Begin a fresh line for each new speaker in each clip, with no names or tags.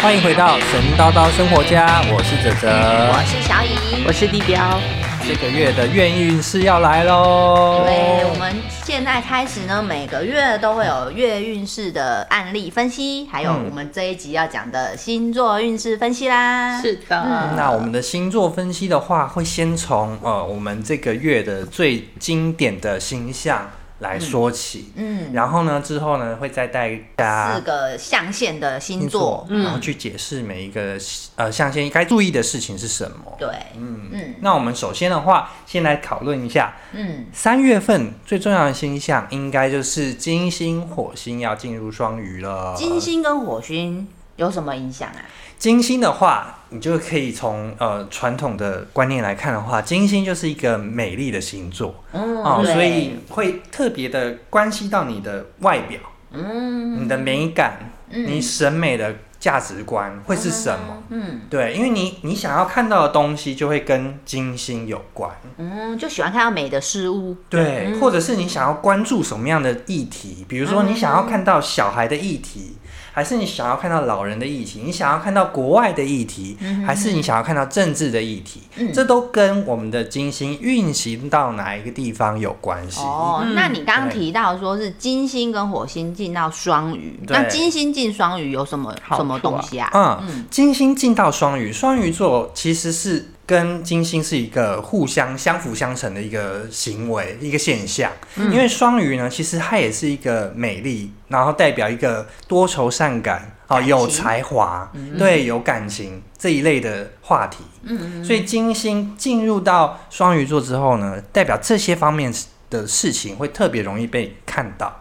欢迎回到神叨叨生活家，我是哲哲。
我是小乙，
我是地标，
这个月的愿意运势要来喽。
对，我们现在开始呢，每个月都会有月运势的案例分析，还有
嗯
我们这一集要讲的星座运势分析啦。
是的，
那我们的星座分析的话，会先从呃我们这个月的最经典的星象来说起，
嗯，
然后呢之后呢会再带大家
四个象限的星
星
座
座，，嗯然后去解释每一个呃象限该注意的事情是什么。
对，
嗯
嗯
那我们首先的话，先来讨论一下
嗯，
三月份最重要的星象，应该就是金星、火星要进入双鱼了。
金星跟火星有什么影响啊？
金星的话，你就可以从呃传统的观念来看的话，金星就是一个美丽的星座
嗯
哦，
对
所以会特别的关系到你的外表、
嗯
你的美感、你审美的价值观会是什么？
嗯
对，因为你你想要看到的东西就会跟金星有关，
嗯，就喜欢看到美的事物，
对，或者是你想要关注什么样的议题，比如说你想要看到小孩的议题，还是你想要看到老人的议题，你想要看到国外的议题，还是你想要看到政治的议题，这都跟我们的金星运行到哪一个地方有关系。
哦，那你刚刚
嗯对
提到说是金星跟火星进到双鱼，
对
那金星进双鱼有什么
好处啊
什么东西啊？
嗯，金星进到双鱼，双鱼座其实是跟金星是一个互相相辅相成的一个行为，一个现象。因为双鱼呢，其实它也是一个美丽，然后代表一个多愁善感啊、
感情
有才华，对，有感情这一类的话题。嗯所以金星进入到双鱼座之后呢，代表这些方面的事情会特别容易被看到。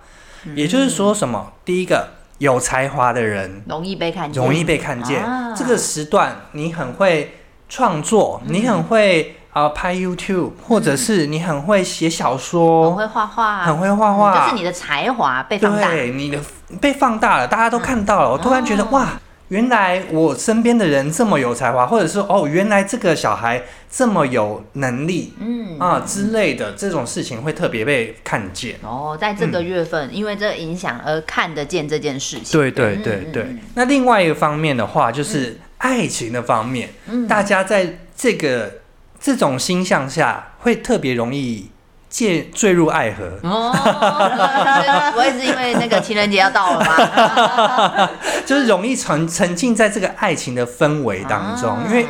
也就是说，什么？第一个，有才华的人
容易被看见，
容易被看见。
啊嗯
这个时段你很会创作，你很会啊、呃拍 YouTube，或者是你很会写小
很
说，
嗯会画画，
很会画画，
就是你的才华被放大。嗯啊
对你的被放大了，大家都看到了。我突然觉得、哇，原来我身边的人这么有才华，或者是哦，原来这个小孩这么有能力，嗯啊之类的这种事情会特别被看见。
哦，在这个月份，因为这个影响而看得见这件事情。
嗯对对对
嗯
对。
嗯
那另外一个方面的话，就是爱情的方面，
嗯
大家在这个这种星象下，会特别容易介坠入爱河。
哦， 不会是因为那个情人节要 到了吗？
就是容易沉沉浸在这个爱情的氛围当中，
啊
因为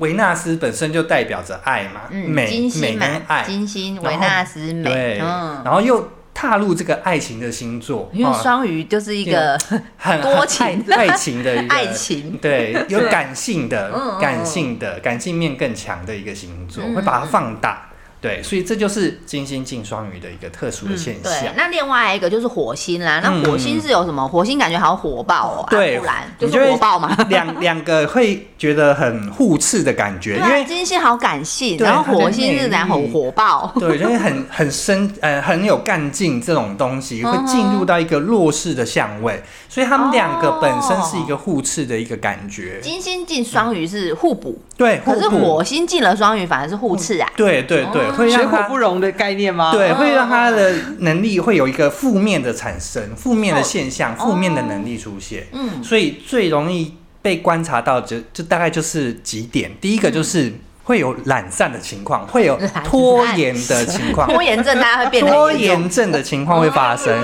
维纳斯本身就代表着爱嘛，
嗯，
美
金
美
星
跟
嘛，
爱，
金星、
然后
维纳斯、美，
对，
嗯，
然后又踏入这个爱情的星座，
因为
啊
双鱼就是一个
很
多情
很爱爱情的一个
爱情
对，有感性
嗯
的
嗯、
感性的、感性面更强的一个星座，会把它放大。对，所以这就是金星进双鱼的一个特殊的现
嗯对
象，。
那另外一个就是火星啦。那火星是有什么？火星感觉好火爆哦，啊
嗯对
不然就
你
是
会
火爆嘛。
两两个会觉得很互斥的感觉，因
对啊，
为
金星好感性，
对
然后火星是
它
然
的魅
后
力
火爆。
对，就是很很深，呃，很有干劲这种东西，
嗯
会进入到一个弱势的相位，所以他们两个本身是一个互斥的一个感觉，
哦金星进双鱼是互补，
对，
可是
互补
火，星进了双鱼反而是互斥啊。
对对对，会
水
让
火
他
不容的概念吗？
嗯
对，会让他的能力会有一个负面的产生，负面的现象，负面的能力出现，
哦嗯
所以最容易被观察到就就大概就是几点，第一个就是会有懒散的情况，会有
嗯懒散
拖延的情 况，
拖延症大家会变得
拖
很严重
延症的情况会发 生，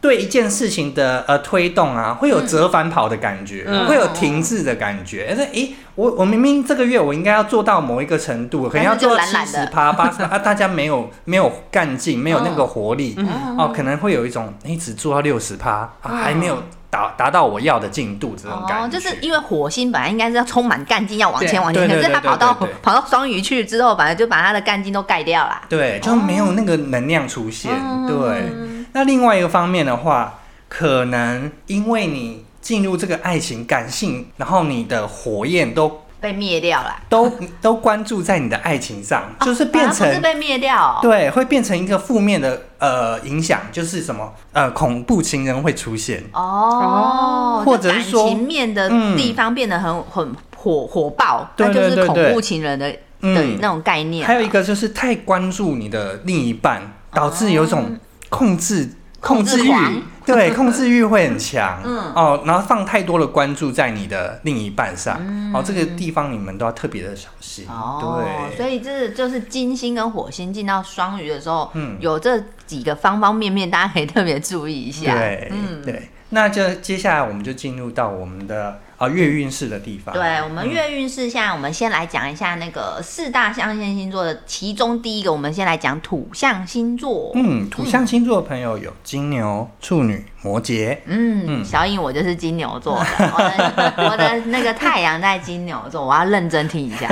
对一件事情的呃推动啊，会有折返跑的感觉，
嗯
会有停滞的感觉。但是诶，我我明明这个月我应该要做到某一个程度，可能要做到
但
七
是就懒
十
懒
趴、 八十啊，大家没有没有干劲，没有那个活力，
嗯
哦，可能会有一种你只做到六十趴，啊还没有达达到我要的进度这种感觉，
嗯哦，就是因为火星本来应该是要充满干劲，要往前往前，
对对
可是
对
他
对
跑到
对对
跑到双鱼去之后，反而就把他的干劲都盖掉啦。
对，就没有那个能量出现。
哦
对，那另外一个方面的话，可能因为你进入这个爱情感性，然后你的火焰都
被灭掉啦。
都 都关注在你的爱情上，就是变
啊反而不
成。
是被灭掉哦、
对，会变成一个负面的呃影响，就是什么呃恐怖情人会出现，
哦，
或
就
者是
感
说
嗯情面的地方变得很、很火火爆，
对
那就
对
是
对
恐
对
怖情人的的
嗯
那种概念吧。
还有一个就是太关注你的另一半，导致有一种控制。控
哦制
制欲
狂
对控制欲会很强，
嗯
哦，然后放太多的关注在你的另一半上，哦，这个地方你们都要特别的小心，
嗯哦，
对，
所以这就是金星跟火星进到双鱼的时候，
嗯
有这几个方方面面，大家可以特别注意一下。嗯
对，对，那就接下来我们就进入到我们的啊月运势的地方，
对我们月运势下，我们先来讲一下那个四大象限星座的其中第一个，我们先来讲土象星座。
嗯，土象星座的朋友有金牛、处女、摩羯，
嗯，小颖，我就是金牛座的，我的我的那个太阳在金牛座，我要认真听一下。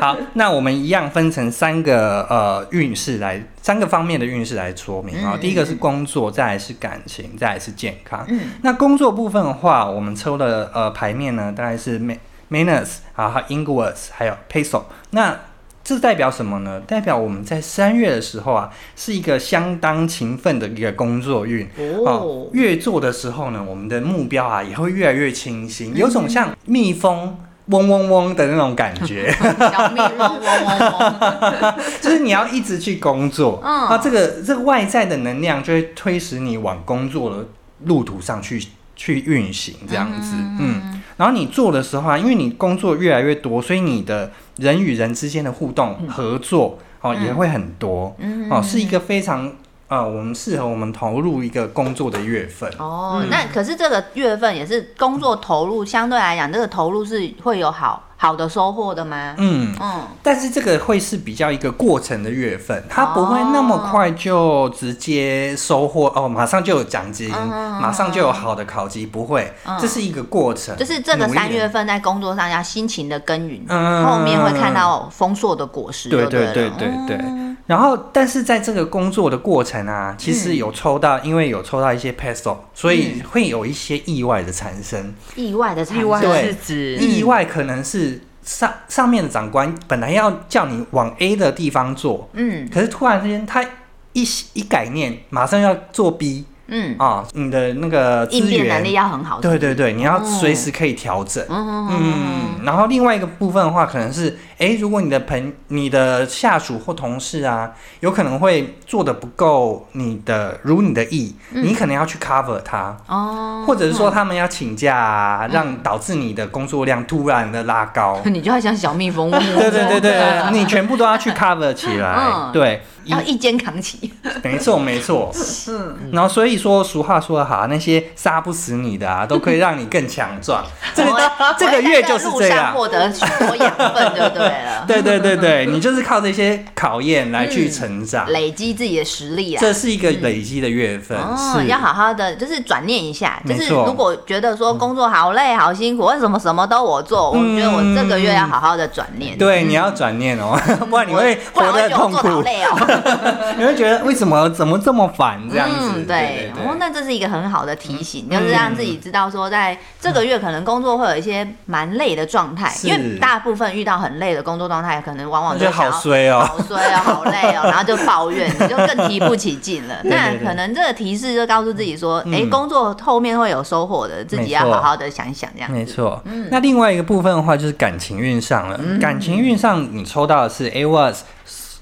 好，那我们一样分成三个呃运势来，三个方面的运势来说明啊、
嗯
第一个是工作，再来是感情，再来是健康。
嗯，
那工作部分的话，我们抽的呃牌面呢，大概是 Ma- Manus 啊，还有 Ingworth，还有 Peso。那这代表什么呢？代表我们在三月的时候啊，是一个相当勤奋的一个工作运。哦
哦，，
越做的时候呢，我们的目标啊也会越来越清
嗯
晰，有种像蜜蜂嗡嗡嗡的那种感觉，
小蜜蜂嗡嗡嗡，
就是你要一直去工作，
嗯
那这个这个外在的能量就会推使你往工作的路途上去去运行，这样子，嗯。然后你做的时候啊，因为你工作越来越多，所以你的人与人之间的互动、合作哦也会很多，哦，是一个非常呃，我们适合我们投入一个工作的月份。
哦，
嗯
那可是这个月份也是工作投入，相对来讲，这个投入是会有好好的收获的吗？
嗯，
嗯，
但是这个会是比较一个过程的月份，它不会那么快就直接收获哦，马上就有奖金，
嗯嗯嗯
马上就有好的考级，不会，
嗯
这是一个过程，
就是这个
努力的
三月。份在工作上要辛勤的耕耘，
嗯
后面会看到丰硕的果实就
对
对
对
了
对对对
嗯，
然后，但是在这个工作的过程啊，其实有抽到，因为有抽到一些 peso，所以会有一些意外的产生。
意外的产
意外
对
生，
是指
意外可能是上上面的长官本来要叫你往 A 的地方做，
嗯
可是突然之间他一一改念，马上要做 B，
嗯，
啊、你的那个资
应变能
源，
力要很好，
对对对，你要
哦
随时可以调整。
嗯，嗯嗯嗯，
嗯，然后另外一个部分的话，可能是，诶，如果你的朋、你的下属或同事啊，有可能会做的不够你的如你的意，你可能要去 cover 他，
嗯 哦，
或者是说他们要请假、啊，让导致你的工作量突然的拉高。
你就要像小蜜蜂，嗯 对啊
对对对对，你全部都要去 cover 起来。
嗯
对，一
要一肩扛起，
没 错，没错，是。然后所以说，俗话说得好，那些杀不死你的 啊，都可以让你更强壮。这个
我
这个月就是这
我在路上
样。
获得许多养分就对了，
对对对对，你就是靠这些考验来去成长，
累积自己的实力啊。
这是一个累积的月份，
哦，
是
要好好的，就是转念一下，就
没
是
错嗯
如果觉得说工作好累、好辛苦，为什么什么都我做，我觉得我这个月要好好的转念。
嗯对，你要转念哦， 不然你会
不
活
然嗯我会
得
觉得我
痛
做得好
苦，
累哦。
你会觉得为什么怎么这么烦这样子？
嗯，
对嗯
对，哦，那这是一个很好的提醒，就是让自己知道说，在这个月可能工作会有一些蛮累的状态，
是
因为大部分遇到很累的工作状态，可能往往
我
就
觉得
会想
好
要
衰哦。
好衰哦，好累 哦，然后就抱怨，你就更提不起劲了。
对
那
对对
可能这个提示就告诉自己说，
嗯
哎，工作后面会有收获的，自己要好好的想一想这样。
没错，那另外一个部分的话就是感情运上了。感情运上你抽到的是 A was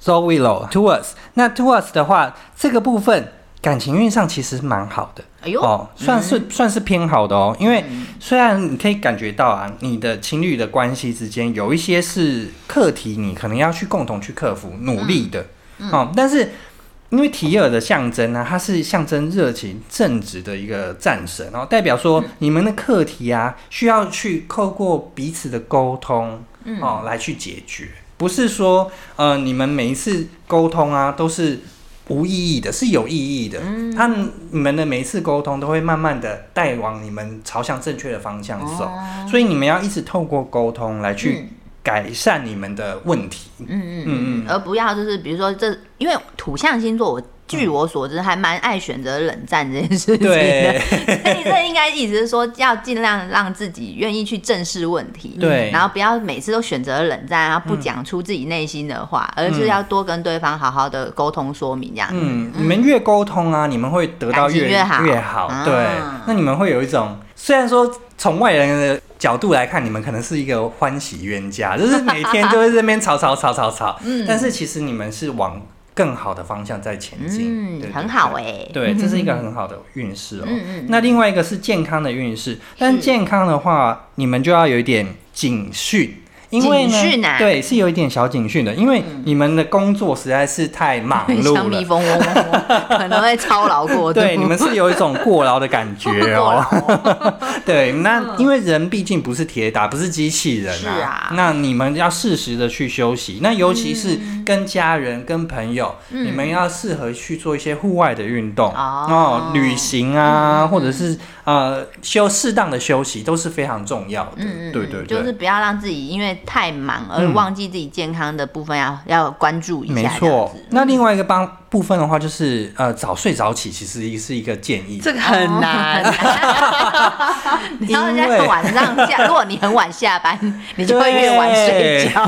so willow to us，那 to us 的话，这个部分感情运上其实蛮好的。
哎呦，嗯
哦，算是、算是偏好的哦，因为虽然你可以感觉到啊，你的情侣的关系之间有一些是课题，你可能要去共同去克服、努力的、
嗯
哦，但是因为提尔的象征呢、它是象征热情、正直的一个战神哦，代表
嗯
说你们的课题啊，需要去透过彼此的沟通，
嗯
哦，来去解决，不是说呃，你们每一次沟通啊，都是无意义的，是有意义的。
嗯
他们你们的每一次沟通都会慢慢的带往你们朝向正确的方向走，
哦
所以你们要一直透过沟通来去改善你们的问题。
嗯嗯嗯
嗯
嗯，而不要就是比如说这，因为土象星座我。据我所知，还蛮爱选择冷战这件事 情的，
对
所以这应该意思是说，要尽量让自己愿意去正视问题，
对
然后不要每次都选择冷战，然后不讲出自己内心的话，而是要多跟对方好好的沟通说明这样。
嗯，你们越沟通啊，你们会得到
感情
越
越好
越好
啊
对，那你们会有一种虽然说从外人的角度来看，你们可能是一个欢喜冤家，就是每天就会这边吵吵吵吵 吵，
嗯
但是其实你们是往更好的方向在前进，
嗯
对，
很好哎、
对，这是一个很好的运势哦。
嗯嗯
那另外一个是健康的运势，但健康的话，你们就要有一点警讯。因为呢，
警讯啊嗯
对，是有一点小警讯的，因为你们的工作实在是太忙 碌
像
了
蜜，蜂嗡嗡嗡，可能会操劳过度。
对，你们是有一种过劳的感 觉哦。 对，那因为人毕竟不是铁打，不是机器人
嗯是
啊
啊。
那你们要适时的去休息，那尤其是跟家人、跟朋友，
嗯
你们要适合去做一些户外的运动
哦嗯
旅行啊，或者是呃休适当的休息都是非常重要的。
嗯嗯，
对对对，
就是不要让自己因为太忙而忘记自己健康的部分要，要关注一下。
没错，。
嗯
那另外一个帮部分的话，就是呃早睡早起，其实是一个建议。
这个
哦
很
哦
难。
然后人家
因为
是晚上下，如果你很晚 下班，你就会越晚睡觉，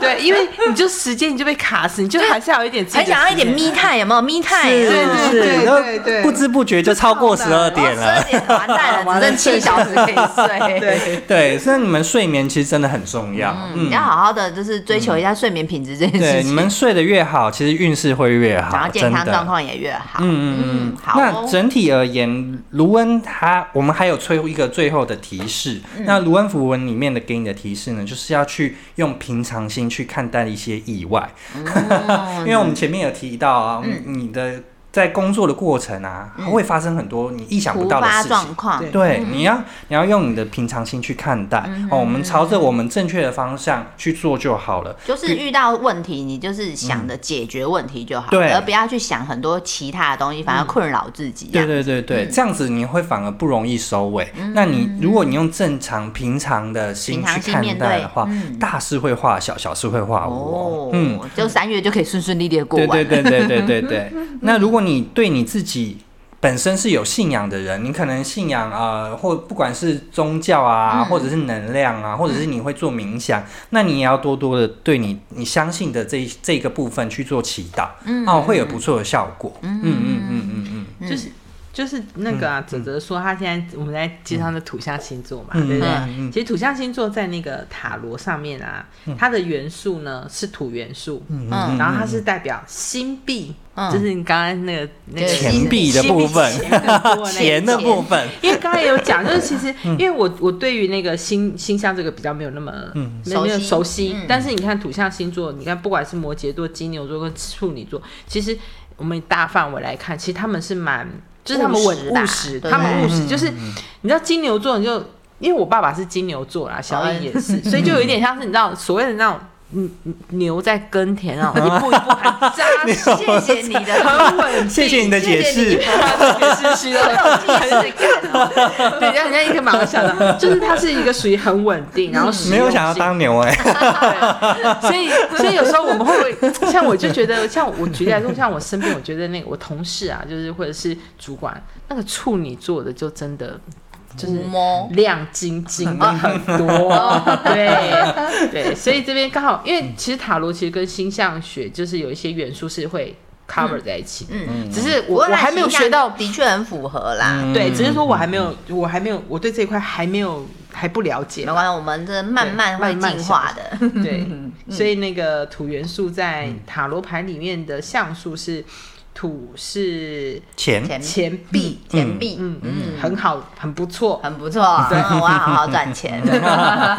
对，因为你就时间你就被卡死，你就还是要有一点自己的
很想要一点
时间
咪态，有没有咪态？
是
对对
是
对
是，
对
然后
对对
不知不觉就超过
这
十
超难
二点了
十。二点完 蛋了，只剩七小时可以睡。
对，
对，所以你们睡眠其实真的很重要。
嗯，要好好的就是追求一下睡眠品质这件事
对，你
情，
们睡得越好，其实运势会越
然
好，
后健
真
康状
的。
况也越好。
嗯嗯嗯，
好
那
哦。
整体而言，卢恩他我们还有最后一个最后的提示。
嗯
那卢恩符文里面的给你的提示呢，就是要去用平常心去看待一些意外，
嗯
因为我们前面有提到啊，你的在工作的过程啊，会发生很多你意想不
嗯突
到的
发
事情
状。况，
对
对，你要你要用你的平常心去看待、
嗯
哦，我们朝着我们正确的方向去做就好了。
就是遇到问题，你就是想着解决问题就好，
嗯对嗯
而不要去想很多其他的东西，反而困扰自己。这
对对
样
对
嗯
对，这样子你会反而不容易收尾。那你如果你用正常平常的心
平
去
常心
看
面
待
对嗯
的话，大事会化小，小事会化无哦。
哦，
嗯，
就三月就可以顺顺利利的过
对
完。
对对对对对对。那如果你对你自己本身是有信仰的人，你可能信仰啊、呃或不管是宗教啊，或者是能量啊，或者是你会做冥想，那你也要多多的对你你相信的这一这个部分去做祈祷，嗯、哦，会有不错的效果。嗯嗯嗯嗯嗯嗯。
就是就是那个啊，泽泽说他现在我们在介绍的土象星座嘛，
嗯
对不对？
嗯嗯嗯
其实土象星座在那个塔罗上面啊，它的元素呢是土元素，
嗯
然后它是代表新币，
嗯
就是你刚刚那个那个
钱
币的部分
新币钱的部分
钱的部分，
因为刚才有讲，就是其实
嗯
因为我我对于那个星星象这个比较没有那么
嗯
没有没有
熟
熟
悉
悉，嗯但是你看土象星座，你看不管是摩羯座、金牛座跟处女座，其实我们大范围来看，其实他们是蛮就是他们
务
稳
实吧
务实，
对
他们务
嗯
实，
嗯
就是你知道金牛座你就。因为我爸爸是金牛座啦，小英也是，所以就有一点像是你知道所谓的那种嗯牛在耕田啊，一步一步很 扎实，
谢谢你的，
很稳
谢谢你的解
谢谢
释
你。
很心虚的，
很有技术感哦
对，人家一个马上 想到，就是它是一个属于很稳定，然后实
嗯没
用
有想要
性
当牛哎、
所以，所以有时候我们会不会，像我就觉得，像我举例来说，像我身边，我觉得那个我同事啊，就是或者是主管，那个处女座的就真的就是
抚 摸
亮晶晶的很多，
哦
对对，所以这边刚好，因为其实塔罗其实跟星象学就是有一些元素是会 cover 在一起的，
嗯
只是
不
我
过
我
那
还没有
形象
学到
的确很符合
嗯
啦。
对，只是说我还没有，我还没有，我对这一块还没有，还不了解
没。关系，我们这慢慢会
慢慢
进化的。
对，
嗯
所以那个土元素在塔罗牌里面的像素是土是
钱，
钱币，
钱币，
嗯
嗯，
嗯，很好，很不错。
很不错，嗯我要好好赚钱。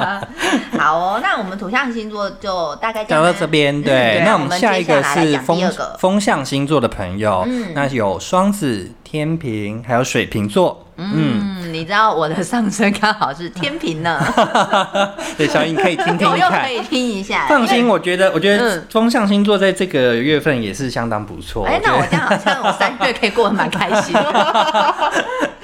好哦，那我们土象星座就大概
讲到
样啊
这边，对，
对
那
我
我们
们
下
接
一个
下来
是
讲第
风
二个
风象星座的朋友，
嗯
那有双子、天平，还有水瓶座。嗯，
嗯，你知道我的上升刚好是天 平呢，
对，小颖可以听听
我又可
看。
以听一下。
放心，我觉得，我觉得
嗯
风象星座在这个月份也是相当不错。
哎，
觉
那我
得
这样好像我三月可以过得蛮开 心。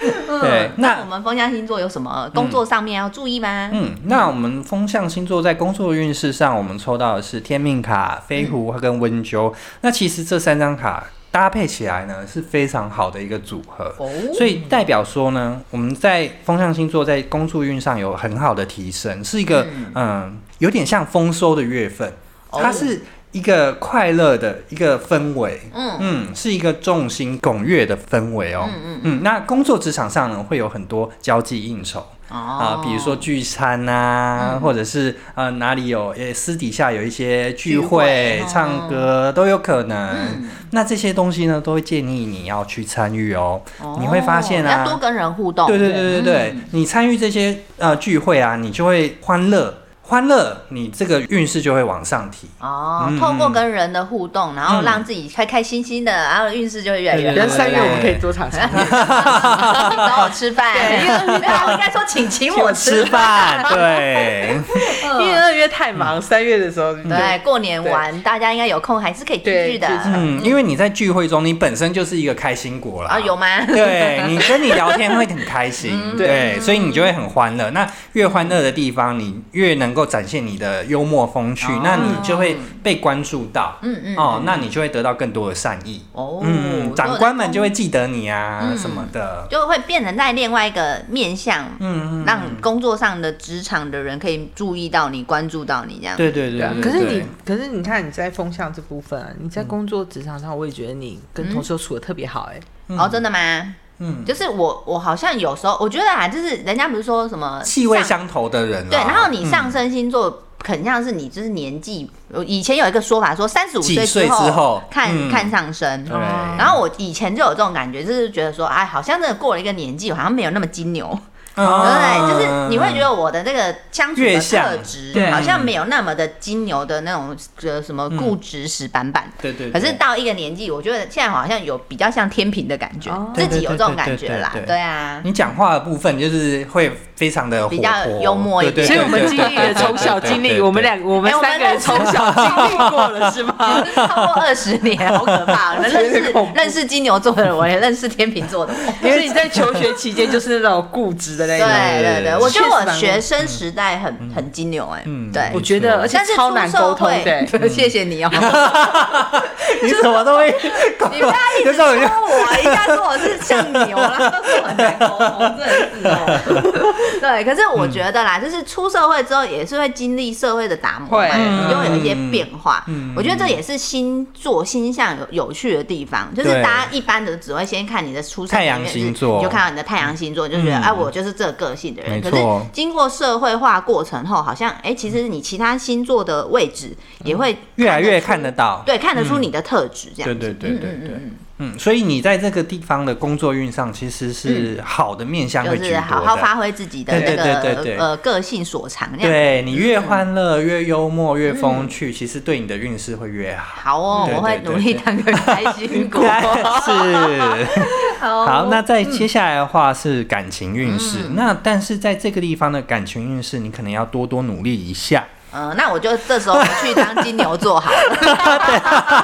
对
嗯，
那
那我们风象星座有什么工作上面要注意吗？
嗯，那我们风象星座在工作运势上，我们抽到的是天命卡、飞狐跟温灸。那其实这三张卡搭配起来呢，是非常好的一个组合。
哦
所以代表说呢，我们在风象星座在工作运上有嗯
哦
很好的提升，是一个嗯、有点像丰收的月份，它是一个快乐的一个氛围，
嗯
嗯，是一个众星拱月的氛围哦。
嗯嗯
嗯，那工作职场上呢，会有很多交际应酬啊、
哦，嗯
比如说聚餐呐、或者是呃哪里有呃私底下有一些聚会、
聚会哦
唱歌都有可能。
嗯
那这些东西呢，都会建议你要去参与哦。你会发现
要
啊，
多跟人互动，
对对对对对，
嗯
你参与这些呃聚会啊，你就会欢乐，欢乐，你这个运势就会往上提。
哦
嗯，
透过跟人的互动，然后让自己开开心心的，然后运势就会越来
对
越好。
对
人
对
三月我们可以多尝尝。
找我吃饭，
对因为
没有，我应该说请请我吃
吃
饭。
饭，对， 嗯
因为二月太忙，三月的时候
对，过年玩大家应该有空还是可以聚聚的
对聚聚
嗯，因为你在聚会中，你本身就是一个开心果啦。
啊？有。吗？
对你跟你聊天会很开心，对，所以你就会很欢乐。那越欢乐的地方，你越能够展现你的幽默风趣，那你就会被关注到，
嗯嗯
哦，那你就会得到更多的善意，
哦
嗯，长官们就会记得你啊什么的，
就会变成在另外一个面向，
嗯，嗯
让工作上的职场的人可以注意到你，关注到你这样。
对对对
对啊，
对
可是
对
你，可是你看你在风向这部分啊，你在工作职场上，我也觉得你跟同事都处的特别好、哎、
哦，真的吗？
嗯，
就是我，我好像有时候我觉得啊，就是人家不是说什么
气味
上
相投的人啦，
对，然后你
嗯
上升星座很像是你就是年纪，呃以前有一个说法说三十五
几岁之后
后看、
嗯
看上升。
对，
哦
然后我以前就有这种感觉，就是觉得说，哎，好像真的过了一个年纪，我好像没有那么金牛，对不
嗯
对？就是你会觉得我的这个相处
月
的
相
特质
对嗯
好像没有那么的金牛的那种呃什么固执死板板。
对对，
可是
对
到一个年纪，我觉得现在好像有比较像天平的感觉，
哦
自己有这种感觉啦，
对对对对对对
对啊。
你讲话的部分就是会非常的
比较
活泼
幽默一
对对
点
所以
对
我们
对
经
对
历了
对对
从小
对
经
对
历，
对
我们两我们
哎我们
三个人
认识
从小经历过了，是吗？
超过二十年，好可怕！我认识认识金牛座的人，我也认识天秤座的我。
因为你在求学期间就是那种固执的那一
对
种，
对对，我觉得
确实
我
蛮
学生时代很很金牛哎
嗯，
对
我，觉得而且
但是
超难
出社
沟通
会
的、哎
谢谢你哦，
你什么都会，
你不要一
有
直
时
说
候你就
我，一下说我是像牛啦，然后说我很难沟通，真的是哦。 对，可是我觉得啦，就是出社会之后也是会经历社会的打磨嘛，
会
你就会有一些变化。
嗯
我觉得这也是星座星象有有趣的地方，就是
对
大家一般的只会先看你的出生
太阳
年月日
星座
你就看到你的太阳星座，你就觉得
嗯
哎、我就是这个个性的人。
没
可
错
是经过社会化过程后，好像哎、其实你其他星座的位置也会
越来越看
出
得到。
对，看得嗯出你的特质这样子。
对对对
嗯
对
嗯嗯
对
嗯
嗯，所以你在这个地方的工作运上其实是好的面向
嗯就
会居
是
多
好好
的。
发挥自己的
对
那
对对对对
个呃个性所长，那样
对你越欢乐、越幽默、越风趣，其实对你的运势会越好。
好哦，
对
我会
对对
努力当个开 心果。
是。
哦好
好，那再接下来的话是感情运势。
嗯
那但是在这个地方的感情运势，你可能要多多努力一下。
呃，那我就这时候我去当金牛座 好了。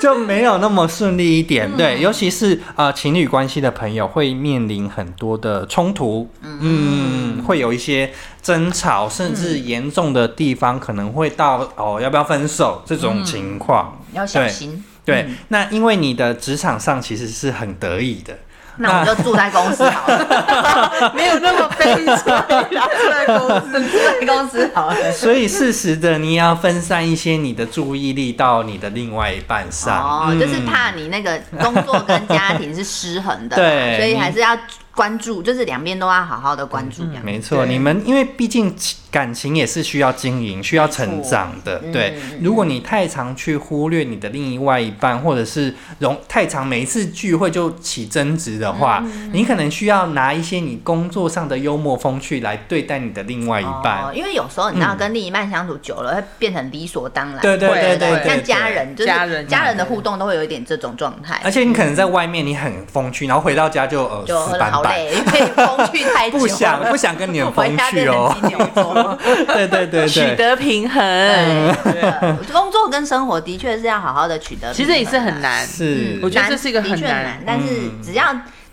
就没有那么顺利一点，对，尤其是呃情侣关系的朋友会面临很多的冲突，嗯，会有一些争吵，甚至严重的地方可能会到哦要不要分手这种情况，
要小心。
对，那因为你的职场上其实是很得意的，
那我就住在公司好了，
没有那么悲催啦，在公司。
住在公 司好了。
所以适时的你也要分散一些你的注意力到你的另外一半 上，
哦，就是
嗯
怕你那个工作跟家庭是失衡 的，
对
所以还是要关注，就是两边都要好好的关注这样。
没错，
对
你们因为毕竟情感情也是需要经营、需要成长的，
没错
对
嗯。
如果你太常去忽略你的另外一半，或者是容太常每一次聚会就起争执的话，
嗯
你可能需要拿一些你工作上的幽默风趣来对待你的另外一半。嗯
哦，因为有时候你知道跟另一半相处久了，会变成理所当然。
对对
对
对对对
像家人，就是
家人
家人的互动都会有一点这种状态
而。且你可能在外面你很风趣，然后回到家就呃
就
死板
好
板，
累，因为风趣太久了，
不 想不想跟你很
回
风
家
趣
变
哦
成。金 牛座。
对对对
取
对，
得平衡，
对，真的工作跟生活的确是要好好的取得平衡啊，
其实也是很难。
是
嗯。
我觉得这是一个很
的确
难
嗯
难，但是只要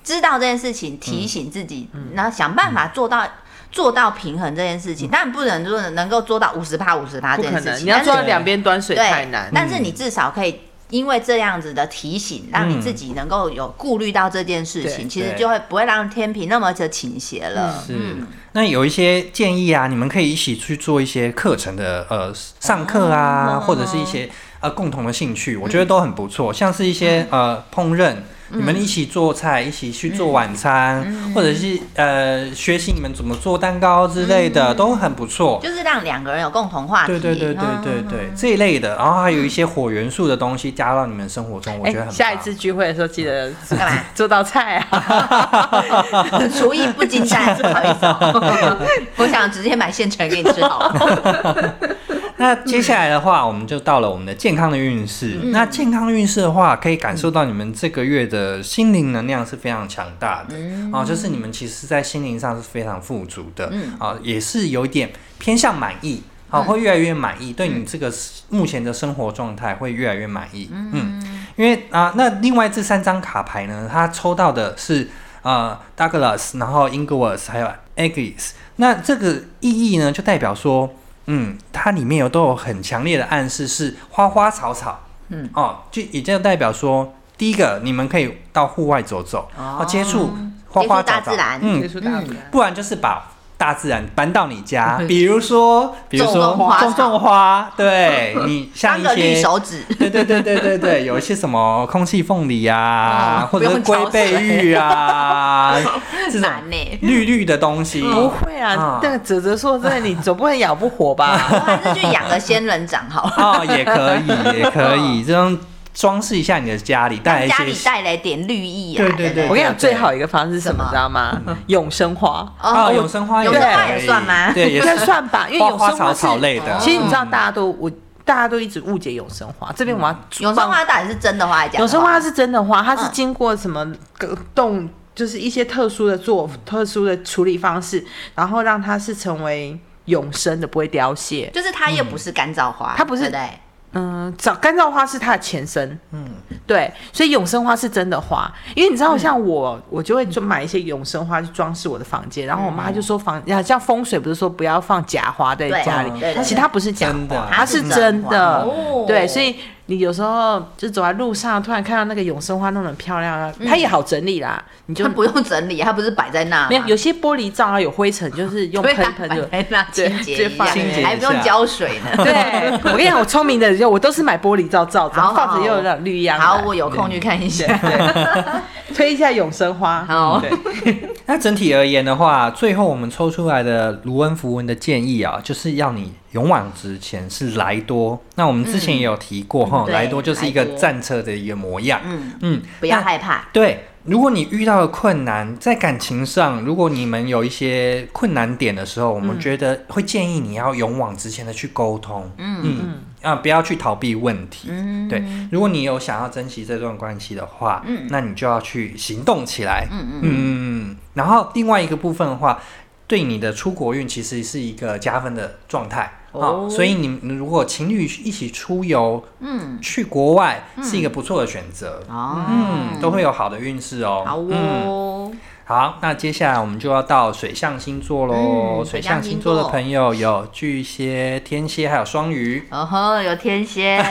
知道这件事情，提醒自己，
嗯
然后想办法做到。做到平衡这件事情，但不能说能够做到五十趴五十趴
不
这
可
件事
能，
情，
你要做到
但是
两边端水
对
嗯
太难。
但是你至少可以因为这样子的提醒，让你自己能够有顾虑到这件事情，
对
其实
嗯对
就会不会让天平那么的倾斜了。嗯
是，
嗯
那有一些建议啊，你们可以一起去做一些课程的呃上课啊，
哦
或者是一些呃共同的兴趣，我觉得都很不
嗯
错。像是一些呃烹饪，你们一起做菜，一起去做晚餐，
嗯
或者是呃学习你们怎么做蛋糕之类的，
嗯
都很不错。
就是让两个人有共同话题。嗯
对对对对对对，
嗯
这一类的，然后还有一些火元素的东西加到你们生活中，我
哎、
觉得很棒。
下一次聚会的时候记得做
干嘛
做道菜啊，
厨艺不精 湛，不好意思、 哦，我想直接买现成给你吃好 了。
那接下来的话，我们就到了我们的健康的运势。那健康运势的话，可以感受到你们这个月的心灵能量是非常强大的、哦，就是你们其实在心灵上是非常富足的，嗯、哦，也是有一点偏向满意。好、会越来越满意，对你这个目前的生活状态会越来越满意。嗯，因为啊、那另外这三张卡牌呢，它抽到的是呃 Douglas，然后 Ingles 还有 Agis。那这个意义呢，就代表说，嗯，它里面有都有很强烈的暗示是花花草草，嗯，哦，就也就代表说，第一个你们可以到户外走走，
哦
哦，接触花花草
接触大
草
自然，
嗯
结，束大家
不然就是把大自然搬到你 家，比如说，比如说
种种花
种种花，对你像一
当个绿
些。
手指，
对对对对对对，有一些什么空气凤梨啊，
哦
或者是
不
龟
用
背
焯水
玉啊，这种
难呢、哦
绿绿的东西，
不会啊
啊，
但泽泽说真的，你总不能养不活吧？
嗯
我还是去养个仙人掌好 了，
哦，也可以，也可以，这样装饰一下你的家里，带来
让
一
哦家里
些。
带来点绿意啊。
对对对
不
我跟你讲，
对
最好一个方式是什么，
什么
你知道吗？
嗯
永生花，
哦，
哦
永生花也
永
可
生
以
花也算吗
对，也
应该算吧，因为
花
永
花
生
草
花是
草类的。嗯
其实你知道，大家都我大家都一直误解永生花，这边我要
永生花到底是真的花还是假的？
永生花是真的花，它是
嗯
经过什么个动，就是一些特殊的做特殊的处理方式，然后让它是成为永生的，不会凋谢。
就是它又不是干燥花，
它不是
对对
嗯，早干燥花是它的前身，嗯，对，所以永生花是真的花，因为你知
嗯
道，像我，我就会就买一些永生花去装饰我的房间，然后我妈就说房，啊像风水不是说不要放假花在
对
家里
对对，对
其实它不是假
真
花
的，
它是真
它是真的
的
哦，
对，所以你有时候就走在路上，突然看到那个永生花弄得很漂亮啊，它也好整理啦，你
嗯
就
它不用整理，它不是摆在那吗，
没有有些玻璃罩啊有灰尘，就是 用
对
喷
啊
喷
摆
的。
在那
对
清洁
就
一
放清洁一
下，还不用
下
浇水呢。
对， 我跟你讲，我聪明的人就我都是买玻璃罩罩着，
好好
放着又有点绿样。
好，我有空去看一下。
推一下永生
嗯
花。
好
对，
那整体而言的话，最后我们抽出来的卢恩符文的建议啊，就是要你勇往直前，是来多。那我们之前也有提过哈，
嗯对
来多就是一个
来多
战车的一个模样。
嗯，
嗯，
不要
那
害怕，
对，如果你遇到了困难，在感情上，如果你们有一些困难点的时候，我
嗯
们觉得会建议你要勇往直前的去沟通，嗯嗯啊，不要去逃避问题。
嗯，
对，如果你有想要珍惜这段关系的话，
嗯
那你就要去行动起来，
嗯嗯
嗯嗯嗯。然后另外一个部分的话，对你的出国运其实是一个加分的状态
哦
所以你们如果情侣一起出游
嗯，
去国外，是一个不错的选择。
哦，
嗯，都会有好的运势哦。
好
嗯，
哦，
好，那接下来我们就要到水象星座喽。
嗯
水
水
象
象
星
星
座
座
的朋友有巨蟹、天蝎还有双 鱼。
哦吼，有天蝎，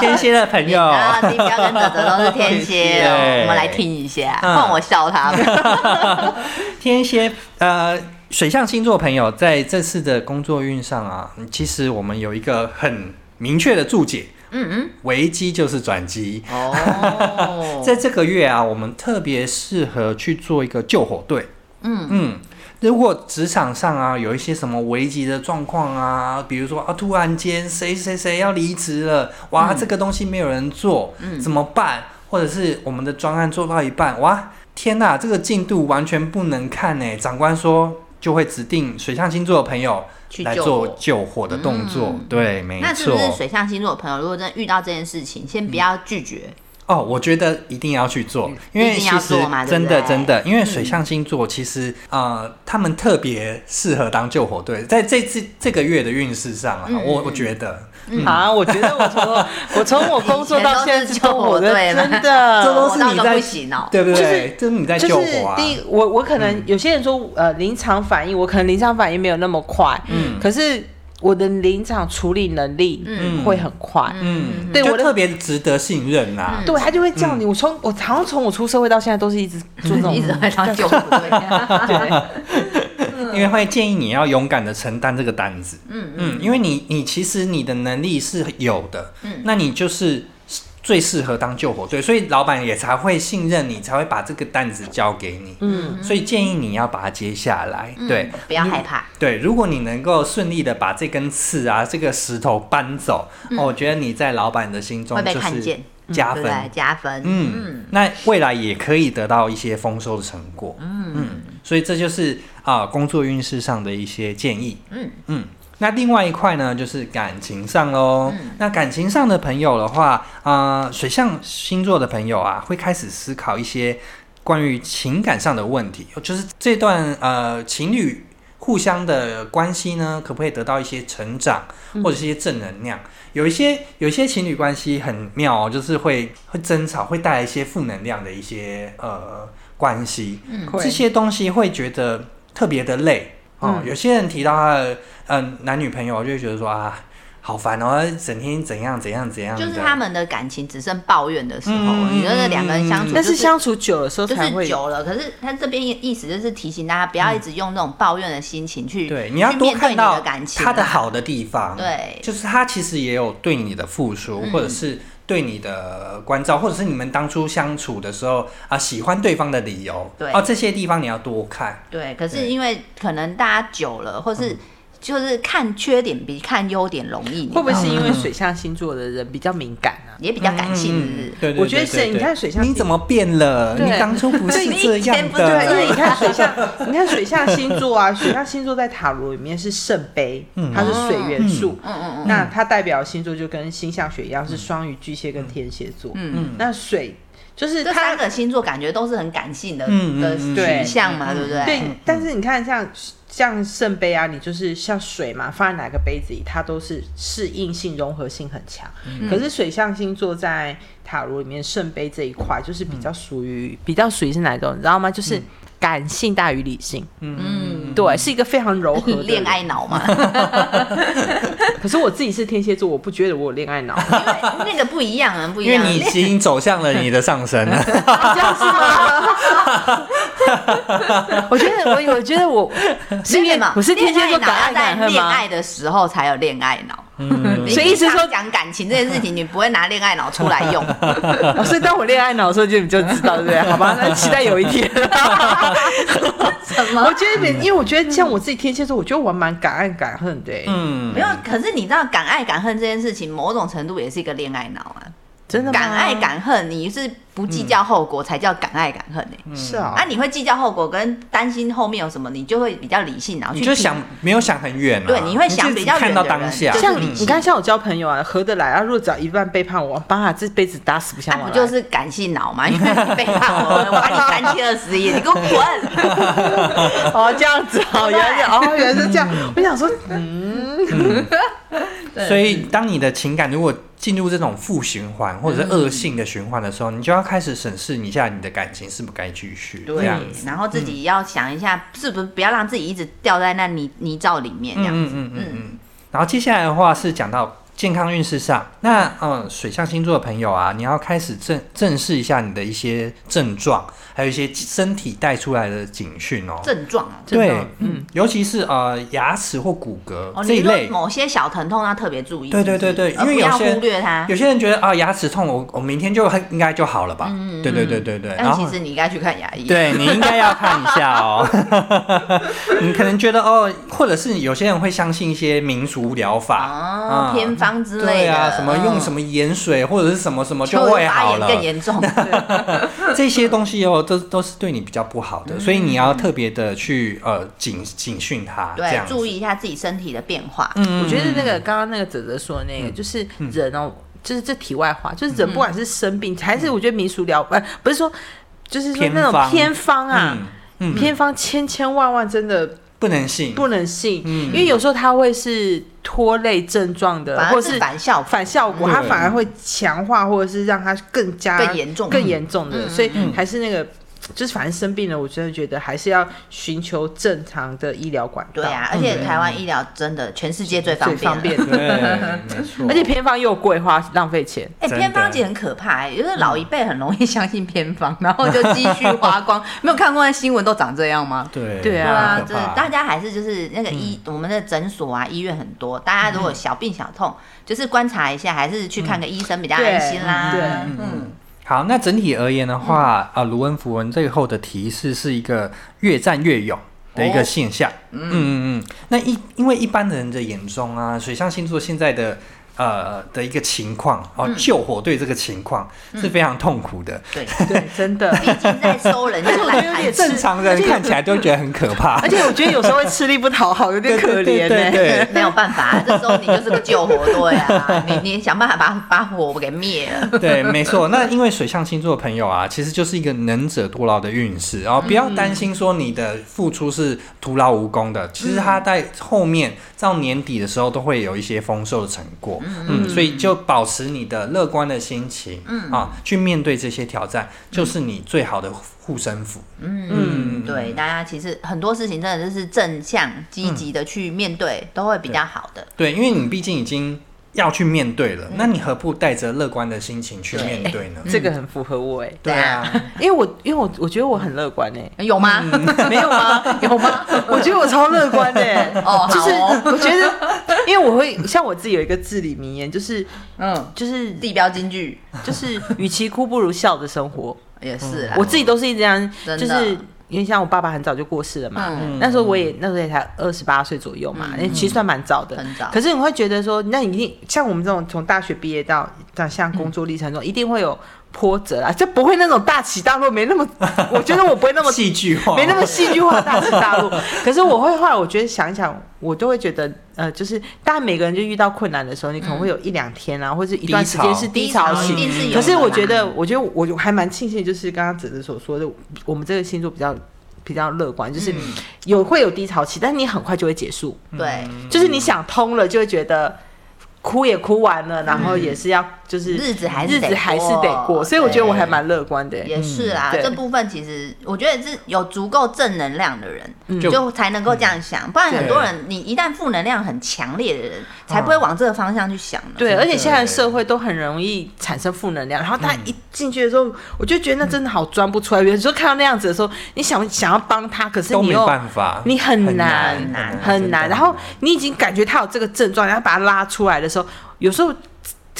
天蝎的朋友，
啊，地标跟泽泽都是天
天
蝎， 哦
蝎
我们来听一下，
嗯
换我笑 他们。
天蝎，呃，水象星座朋友在这次的工作运上啊，其实我们有一个很明确的注解：
嗯
危机就是转机。
嗯，哦，
在这个月啊，我们特别适合去做一个救火队。
嗯
嗯，如果职场上啊有一些什么危急的状况啊，比如说啊突然间谁谁谁要离职了，哇、这个东西没有人做，
嗯
怎么办？或者是我们的专案做到一半，哇天呐，这个进度完全不能看呢、长官说就会指定水象星座的朋友
去
来
救
做
火
救火的动作。
嗯
对，没
那是
错
不。是水象星座的朋友，如果真的遇到这件事情，先不要拒绝，
哦，我觉得一定要去做，因为
嗯一定
其
要
实
做嘛对
真
不
的
对嗯
真的，因为水象星座其实、呃，他们特别适合当救火队，在这次这个月的运势上啊，
嗯
我
嗯
我觉得
啊，我觉得我从我我从我工作到现在都我的
以前都 是救火队嘛
真
这
的。
都
我
是
到
你
都
在
不行哦。
对不
就是
对？这是你在
就
救
是
火啊，
第一，我我可能有些人说，呃，临场反应，我可能临场反应没有那么快，嗯，可是我的临场处理能力
嗯
会很快。
嗯，
对
就
我的
特别值得信任啊啦、
嗯
对他就会叫你，我从我好像从我出社会到现在都是一直做
嗯
这种
嗯一直很想救不对啊
因为会建议你要勇敢的承担这个担子。嗯嗯，因为你你其实你的能力是有的，嗯，那你就是最适合当救火队，所以老板也才会信任你，才会把这个担子交给你。嗯，所以建议你要把它接下来。 对
嗯不要害怕。
对，如果你能够顺利的把这根刺啊，这个石头搬走，哦，我觉得你在老板的心中
嗯会被
就
看
是
见
加
嗯对
分
不。对？加分，
嗯，那未来也可以得到一些丰收的成果。嗯所以这就是啊、工作运势上的一些建议。
嗯
嗯，那另外一块呢，就是感情上喽。那感情上的朋友的话，啊、水象星座的朋友啊，会开始思考一些关于情感上的问题，就是这段呃情侣互相的关系呢，可不可以得到一些成长，或者是一些正能量？有一些有一些情侣关系很妙哦，就是会会争吵，会带来一些负能量的一些呃关系，
嗯
会
这些东西会觉得特别的累哦。有些人提到他的嗯、呃男女朋友，就会觉得说啊。好烦哦，整天怎样怎样怎样的，
就是他们的感情只剩抱怨的时候，
嗯
你觉得两个人相处、就是，
但是相处久的时候
就
才
是
会有。
久了，可是他这边意思就是提醒大家不要一直用那种抱怨的心情去
对，你要
去
多
面对
看
你
到
的感情啊
他的好的地方，
对嗯
就是他其实也有对你的付出，或者是对你的关照，或者是你们当初相处的时候啊，喜欢对方的理由，
对
哦，这些地方你要多看，
对，可是
对嗯
因为可能大家久了，或是就是看缺点比看优点容易，
会不会
你知道
是
吗
因为水象星座的人比较敏感啊？
也比较感性？是
嗯
不是
对对对，
我觉
对
得是，
对
你看水象星，
你怎么变了？
对
你当初不是
对啊你
这
以前
样
不是
对，因
的，
为你看水象，你看水象星座啊，水象星座在塔罗里面是圣杯，它是水元素，
嗯嗯嗯，
那它代表星座就跟星象学一样，是双鱼、巨蟹跟天蝎座。
嗯
嗯，那水就是
这
它
三个星座感觉都是很感性的
嗯嗯
的
嗯
对
取向嘛，对不对？
对，嗯但是你看像像圣杯啊，你就是像水嘛，放在哪个杯子里，它都是适应性、融合性很强。可是水象星座在塔罗里面，圣杯这一块就是比较属于、嗯比较属于是哪一种，你知道吗？就是感性大于理性，
嗯，
对，是一个非常柔和 的
恋
人。
爱 脑嘛，
可是我自己是天蝎座，我不觉得我有恋爱 脑，
因为那个不一样啊，不一
因为
样。
你已经走向了你的上升了，
这样是吗？ 我觉得我有，我觉得我是因
恋爱
为
嘛，
我是天蝎座
恋
敢
爱
爱
脑要
敢
在
恨
恋
吗？
爱的时候才有恋爱脑。
嗯
你
所以意思
平常
说
讲感情这件 事情，你不会拿恋爱脑出来用。
哦，所以当我恋爱脑的时候，就你就知道，对不对？好吧，那期待有一天。
什
我
么？
觉得，因为我觉得像我自己天蝎座，我觉得我蛮敢爱敢恨的、欸，
嗯
没有，可是你知道敢爱敢恨这件事情，某种程度也是一个恋爱脑啊。
真的吗
敢爱敢恨，你是不计较后果才叫敢爱敢恨呢、
嗯
是啊
啊，，你会计较后果跟担心后面有什么，你就会比较理性，然后去
你就
评
想没有想很远啊，
对你会想
就只
比较远
看到
的
当
人
下，
就是
像
理
你
嗯
你看，像我交朋友啊，合得来啊，如果只要一半背叛我，爸这辈子打死不
那
相往
啊不
来。
就是感性脑 嘛？因为你背叛我，我把你三七二十一，你给我滚！
哦，这样子哦，
对
原来哦，原来是这样。我想说，嗯，
所以，当你的情感如果进入这种负循环或者是
嗯
恶性的循环的时候，你就要开始审视一下你的感情是不是该继续。这
对
样，
然后自己要想一下，是不是不要让自己一直掉在那泥泥沼里面这
嗯
样。
嗯嗯嗯嗯。然后接下来的话是讲到健康运势上，那嗯，水象星座的朋友啊，你要开始正正视一下你的一些症状，还有一些身体带出来的警讯哦。
症状哦
对，
嗯，
尤其是呃牙齿或骨骼、
哦，
这
你
一
说
类，
某些小疼痛要特别注意，
对对
是不是
对对
而
因为
不
有
要
些
忽略它。
有些人觉得啊、牙齿痛，我我明天就很应该就好了吧？对对对对对。然
嗯但
后
其实你应该去看牙医。啊
对你应该要看一下 哦。 你可能觉得哦，或者是有些人会相信一些民俗疗法。
哦，
嗯
偏方之类
对
的，
啊，什
嗯
么用什么
么
盐水或者是什么什么就
会
会
发
好
炎
了，
更 严重。
这些东西哦，都都是对你比较不好
嗯
的，所以你要特别的去呃警警讯他，这
对啊
样，子
注意一下自己身体的变化。
嗯
我觉得那个刚刚那个哲哲说的那个，就是人哦，就是这题外话，就是人不管是生病，还是我觉得民俗疗，呃，不是说，就是说那
偏方
种偏方啊
嗯，嗯
偏方千千万万真的
不能信，
不能
嗯
信，因为有时候它会是拖累症状的，
反而
或
是
是
反效果
反效果，
嗯
它反而会强化，或者是让它更加
更严重嗯
更严重的，所以还是那个。就是反正生病了，我真的觉得还是要寻求正常的医疗管道。
对
嗯
啊，而且台湾医疗真的全世界最方
最
便，
方便。
对，没错。
而且偏方又贵，花浪 费钱。
哎、
真的
偏方姐很可怕、欸，就是老一辈很容易相信偏方，然后就积蓄花光。 没有看过那新闻都长这样吗？
对
对
对
啊
啊，这大家还是就是那个医，我们的诊所啊，医院很多，大家如果小病小痛，就是观察一下，还是去看个医生比较安心啦。
对
嗯嗯，
好，那整体而言的话，
嗯
啊，卢恩符文最后的提示是一个越战越勇的
哦
一个现象。嗯嗯嗯。那一因为一般人的眼中啊，水象星座现在的呃的一个情况哦，
嗯
救火队这个情况是非常痛苦的。
对，
对，真的。
毕竟在收人家烂
而且我觉得有
摊
点
子。
正常人看起来都觉得很可怕
而。且我觉得有时候会吃力不讨好，有点可怜欸
对
呢、
对对
没有办法，这时候你就是个救火队啊！你你想办法把把火给灭 了。
对，没错。那因为水象星座的朋友啊，其实就是一个能者多劳的运势，然后不要担心说你的付出是徒劳无功的，其实它在后面到年底的时候都会有一些丰收的成果。嗯，所以就保持你的乐观的心情，嗯啊，去面对这些挑战，就是你最好的护身符。
嗯，对，大家其实很多事情真的就是正向、积极的去面对，都会比较好的。
对，因为你毕竟已经。要去面对了，那你何不带着乐观的心情去
对
面对呢？
这个很符合我哎、
对啊，
因为我因为我我觉得我很乐观哎、
有吗？ 没有吗？有吗？
我觉得我超乐观的、欸，
哦
就是
好哦
我觉得，因为我会像我自己有一个至理名言，就是
嗯，
就是
地标金句
就是，与其哭不如笑的生活。
也是啦。
我自己都是这样，
真的
就是因为像我爸爸很早就过世了嘛，
嗯
那时候我也那时候也才二十八岁左右嘛，那其实算蛮早的。
很早
可是你会觉得说，那你一定像我们这种从大学毕业到到像工作历 程中，一定会有波折啦，这不会那种大起大落，没那么，我觉得我不会那么
戏剧化
没那么戏剧化，大起大 落。可是我会后来，我觉得想一想，我都会觉得，呃，就是当然每个人就遇到困难的时候，你可能会有一两天啊，或者一段时间是低潮
嗯低潮
期
一定是有。的
可是我觉得，
啦
我觉得我我还蛮庆幸，就是刚刚子子所说的，我们这个星座比较比较乐观，
嗯
就是有会有低潮期，但你很快就会结束，
对
就是你想通了，就会觉得。哭也哭完了，然后也是要就是
嗯日子还是
日
得
子还是
过
得过，所以我觉得
对
我还蛮乐观的。
也是啦。
嗯对
这部分其实我觉得是有足够正能量的人，
就
就才能够这样想。不然很多人，你一旦负能量很强烈的人，才不会往这个方向去想呢。
对，
真
而且现在
的
的社会都很容易产生负能量，然后大家一进去的时候，我就觉得那真的好钻不出来。有时候看到那样子的时候，你想想要帮他，可是
都
你
没
又
办法，
你很难
很
难
很难，
真的
然后你已经感觉他有这个症状，然后把他拉出来的时候，有时候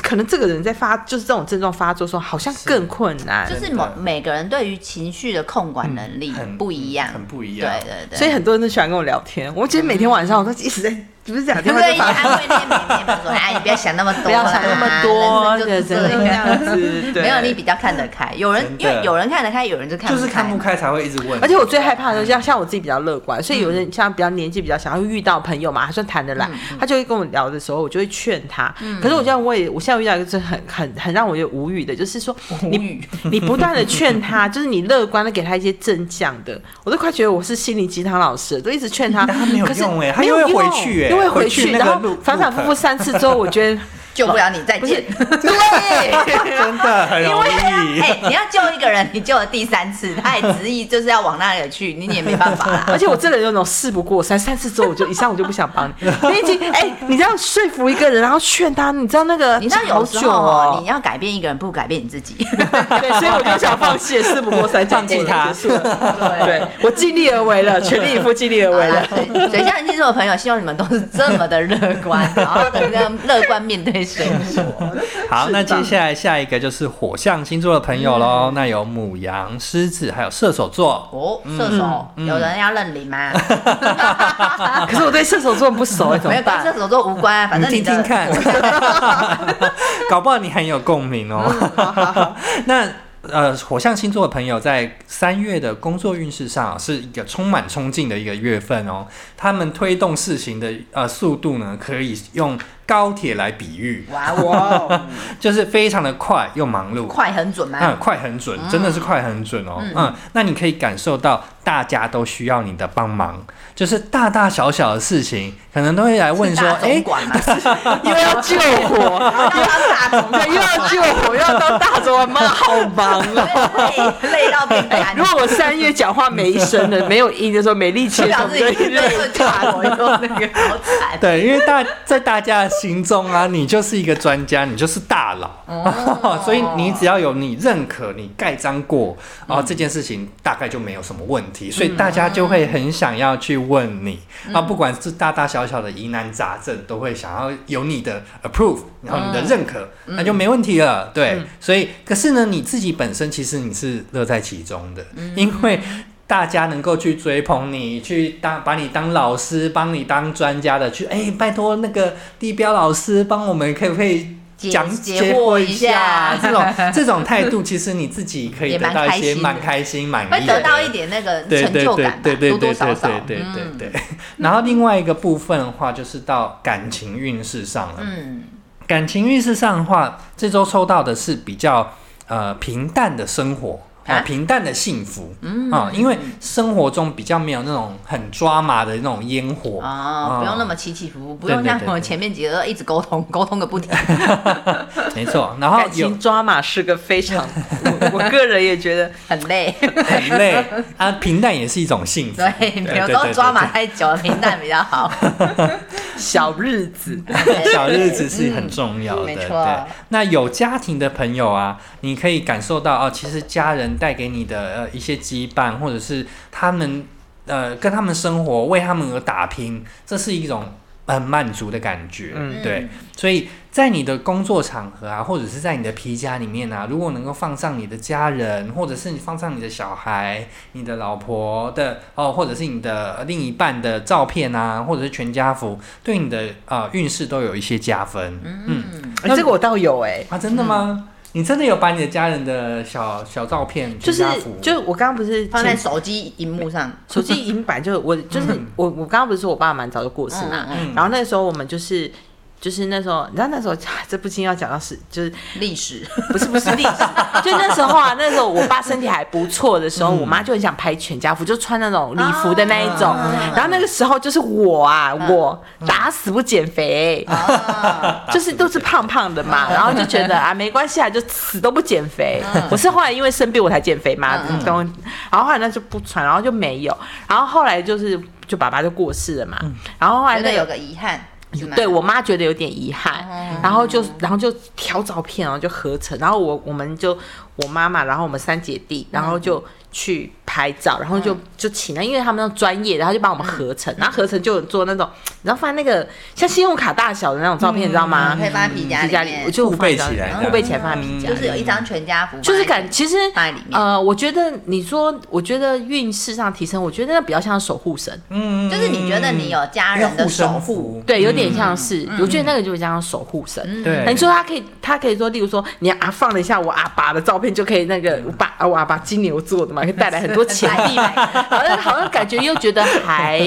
可能这个人在发就是这种症状发作的时候，好像更困难。
就是
真
某
的
每个人对于情绪的控管能力
很
不一样，
很不一样
对对对，
所以很多人都喜欢跟我聊天，我觉得每天晚上我都一直在，不是讲
对
电
不
话
对？
就
一直
发
安慰那边妹妹说：“哎，你不要想那么多啦，
不要想那么多，
人
对，
生
真
就是
的这
这样
样。子。对
没有，你比较看得开。有人
真的
因为有人看得开，有人就看
就是看
不
不
开。
开才会一直问。嗯
而且我最害怕的就是像像我自己比较乐观，所以有人像比较年纪比较小，会遇到朋友嘛，还算谈得
嗯
来，他就会跟我聊的时候，我就会劝他。可是我这样我也我现在遇到一个真的很很很让我觉得无语的，就是说你你不断的劝他，就是你乐观的给他一些正向的，我都快觉得我是心灵鸡汤老师了，都一直劝他，
但他没有
可是
用欸他
没
又
有
会回
用
去欸
又会
回
回
去
去，
那
然
个
后
路
反反
路
复复
口
三次之后，我觉得
救不了你，再见。
对。
真的很容易。
哎，你要救一个人，你救了第三次，他也执意就是要往那里去，你也没办法 啦。
而且我这人有种事不过三，三次之后我就以上我就不想 帮你。你已经哎、你这样说服一个人，然后劝他，你知道那个
你知道有
好
时
久
候哦你
哦，
要改变一个人，不如改变你自己。
对，所以我就想放弃了，事不过三，
放弃
结束
他
了结束了 对我尽力而为 了，全力以赴，尽力而
好
为
啦
了。
水水象星座的朋友，希望你们都是这么的乐观，然后的那个乐观面对生活。
好，那接下来下一个就是火象星座的朋友
嗯
喽。那有母羊、狮子，还有射手座。
哦，
嗯
射手，有人要认领吗？
可是我对射手座很不熟，哎怎
没
么
有跟射
办？
手座无关啊，反
你
正你
听
的
听看， 搞不好你很有共鸣哦。
嗯
那呃，火象星座的朋友在三月的工作运势上、是一个充满冲劲的一个月份哦。他们推动事情的呃速度呢，可以用高铁来比喻，
哇，我
哇，
就是非常的快又忙碌。
快很准吗
嗯，？快很准，真的是快很准哦。嗯那你可以感受到大家都需要你的帮忙，就是大大小小的事情，可能都会来问说，
大
哎
总，管嘛，
又要救火，
大总管
对，又要救火，又要当大说妈好忙啊！
累累到变干
如。果我三月讲话没声的，没有音的时候，没力气的时
表
候，
示你
对，
被我打我又那个好惨。
对，因为大在大家的心中啊，你就是一个专家，你就是大佬， 所以你只要有你认可、你盖章过，然后这件事情大概就没有什么问题，所以大家就会很想要去问你啊，不管是大大小小的疑难杂症，都会想要有你的 approve，然后你的认可，那就没问题了。对，所以可是呢，你自己本身其实你是乐在其中的，因为大家能够去追捧你，去当把你当老师，帮你当专家的去，哎、拜托那个地标老师帮我们可不可以
解
讲
解
解
惑
惑
一
一
下
下？这种这种态度，其实你自己可以
也
得
蛮
到
开
一些
心的
蛮开心、满
会
意的，
得到一点那个
对
成
对
就
对
感吧，
对对
多
对
多
对
少少。
对对
嗯
对对。然后另外一个部分的话，就是到感情运势上了。
嗯，
感情运势上的话，这周抽到的是比较呃平淡的生活。啊、
啊
平淡的幸福，嗯啊、因为生活中比较没有那种很抓马的那种烟火啊
哦，不用那
么
么起起伏伏，不
对
用
对
像
对
我们
对
前面几个一直沟通，沟通个不停。
没错。然后
感
有
情抓马是个非常，我我个人也觉得，
很累，
很累啊，平淡也是一种幸福。
对，有时候抓马太久了，平淡比较好。
小日子，
对
小日子是很重要的。
嗯没错
对，那有家庭的朋友啊，你可以感受到哦，其实家人带给你的呃一些羁绊，或者是他们呃跟他们生活为他们而打拼，这是一种很满足的感觉。
嗯
对。所以在你的工作场合啊，或者是在你的皮夹里面啊，如果能够放上你的家人，或者是你放上你的小孩、你的老婆的哦，或者是你的呃另一半的照片啊，或者是全家福，对你的呃运势都有一些加分。嗯
哎这个我倒有哎、
啊，真的吗？你真的有把你的家人的小小照片、
就
全
是
家福，嗯
就是我刚刚不是
放在
前
手机荧幕上，
手机银版就我就是我我刚刚不是说我爸蛮早就过世嘛，
嗯
嗯
然后那时候我们就是就是那时候，你知道那时候啊这不禁要讲到是就是
历史，
不是不是历史，就那时候啊，那时候我爸身体还不错的时候，我妈就很想拍全家福，就穿那种礼服的那一种。
啊
然后那个时候就是我啊，我打死不减肥，
啊
就是都是胖胖的嘛，然后就觉得啊没关系啊，就死都不减肥。我是后来因为生病我才减肥嘛，嗯懂？然后后来那就不穿，然后就没有，然后后来就是就爸爸就过世了嘛，然后后来
觉
那
得
个
有个遗憾，是吗
对我妈觉得有点遗憾，
哦
然后就然后就挑照片，啊然后就合成，然后我我们就我妈妈，然后我们三姐弟，
嗯
然后就去拍照，然后就、就请了，因为他们那种专业的，然后就帮我们合
嗯
成，然后合成就有做那种，你知道放在那个像信用卡大小的那种照片，你知道吗？
可以放在嗯皮夹
皮夹
里
里，
面
我，就
互
放一
背
张
起来嗯
的
互背起来放在皮夹
就
里，
是有一张全家福，
就是感其实
放在里面
呃，我觉得你说，我觉得运势上提升，我觉得那比较像守护神。
嗯
就是你觉得你有家人的守
嗯
护，，
对，有点像是，
嗯
我觉得那个就是像守护神。
对
你说他可以，他可以说，例如说，你啊放了一下我阿爸的照片，就可以那个我爸，啊我阿爸金牛座的嘛，可以带来很多潜力嘛，好像好像感觉又觉得还。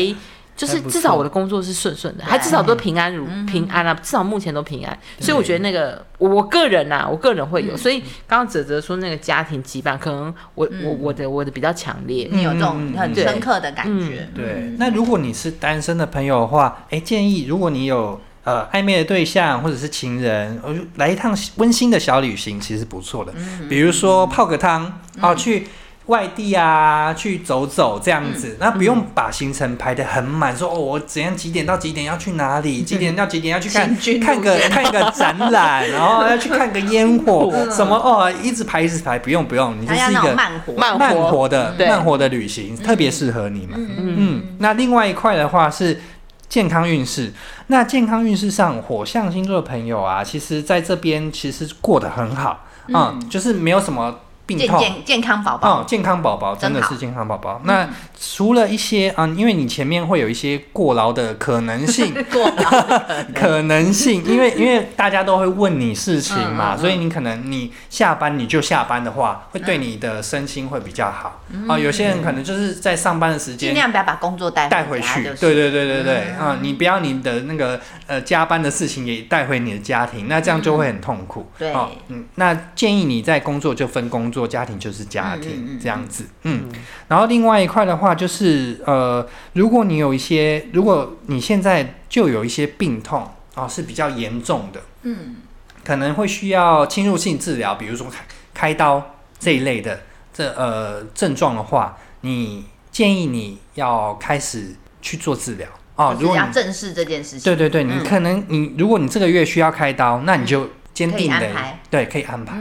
就是
还不错
至少我的工作是顺顺的，还至少都平安如平安啊，至少目前都平安，所以我觉得那个我我个人呐、啊，我个人会有，所以刚刚哲哲说那个家庭羁绊，可能我我我的我的比较强烈，
你有这种
嗯
很
对嗯
深刻的感觉，
对，那如果你是单身的朋友的话，哎，建议如果你有呃暧昧的对象或者是情人，我就来一趟温馨的小旅行，其实不错的。
嗯
比如说泡个汤，哦，去外地啊，去走走这样
嗯
子，那不用把行程排得很满，说哦，我怎样几点到几点要去哪里，几点到几点要去看
嗯行军路
看 个
线
看个展览，然后要去看个烟火什么哦，一直排一直排，不用不用，你就
嗯还要
是一
那种
个
慢活，
慢
慢
活
活的
对
慢活的旅行，特别适合你们。嗯，那另外一块的话是健康运势。那健康运势上，火象星座的朋友啊，其实在这边其实过得很好，嗯，就是没有什么病
健
痛。
健健康宝宝，
哦，健康宝宝真的
真好
是健康宝宝。那除了一些啊、嗯因为你前面会有一些过劳的可能 性，
过
可能性，因为因为大家都会问你事情嘛，所以你可能你下班你就下班的话，会对你的身心会比较好。哦，有些人可能就是在上班的时
尽
间
量不要把工作带
带
回
回
家
去
就，是嗯
对对对对对，啊，你不要你的那个呃加班的事情也带回你的家庭，那这样就会很痛苦。
嗯对
哦嗯，那建议你在工作就分工作，家庭就是家
嗯
庭这样子，嗯。然后另外一块的话就是呃，如果你有一些，如果你现在就有一些病痛哦，是比较严重的，嗯，可能会需要侵入性治疗，比如说开开刀这一类的这呃症状的话，你建议你要开始去做治疗哦。如
就是
果
要
你
正视这件事情。
对对对，你
嗯
可能你如果你这个月需要开刀，那你就坚定
可以
的
安排嗯
对可以安排，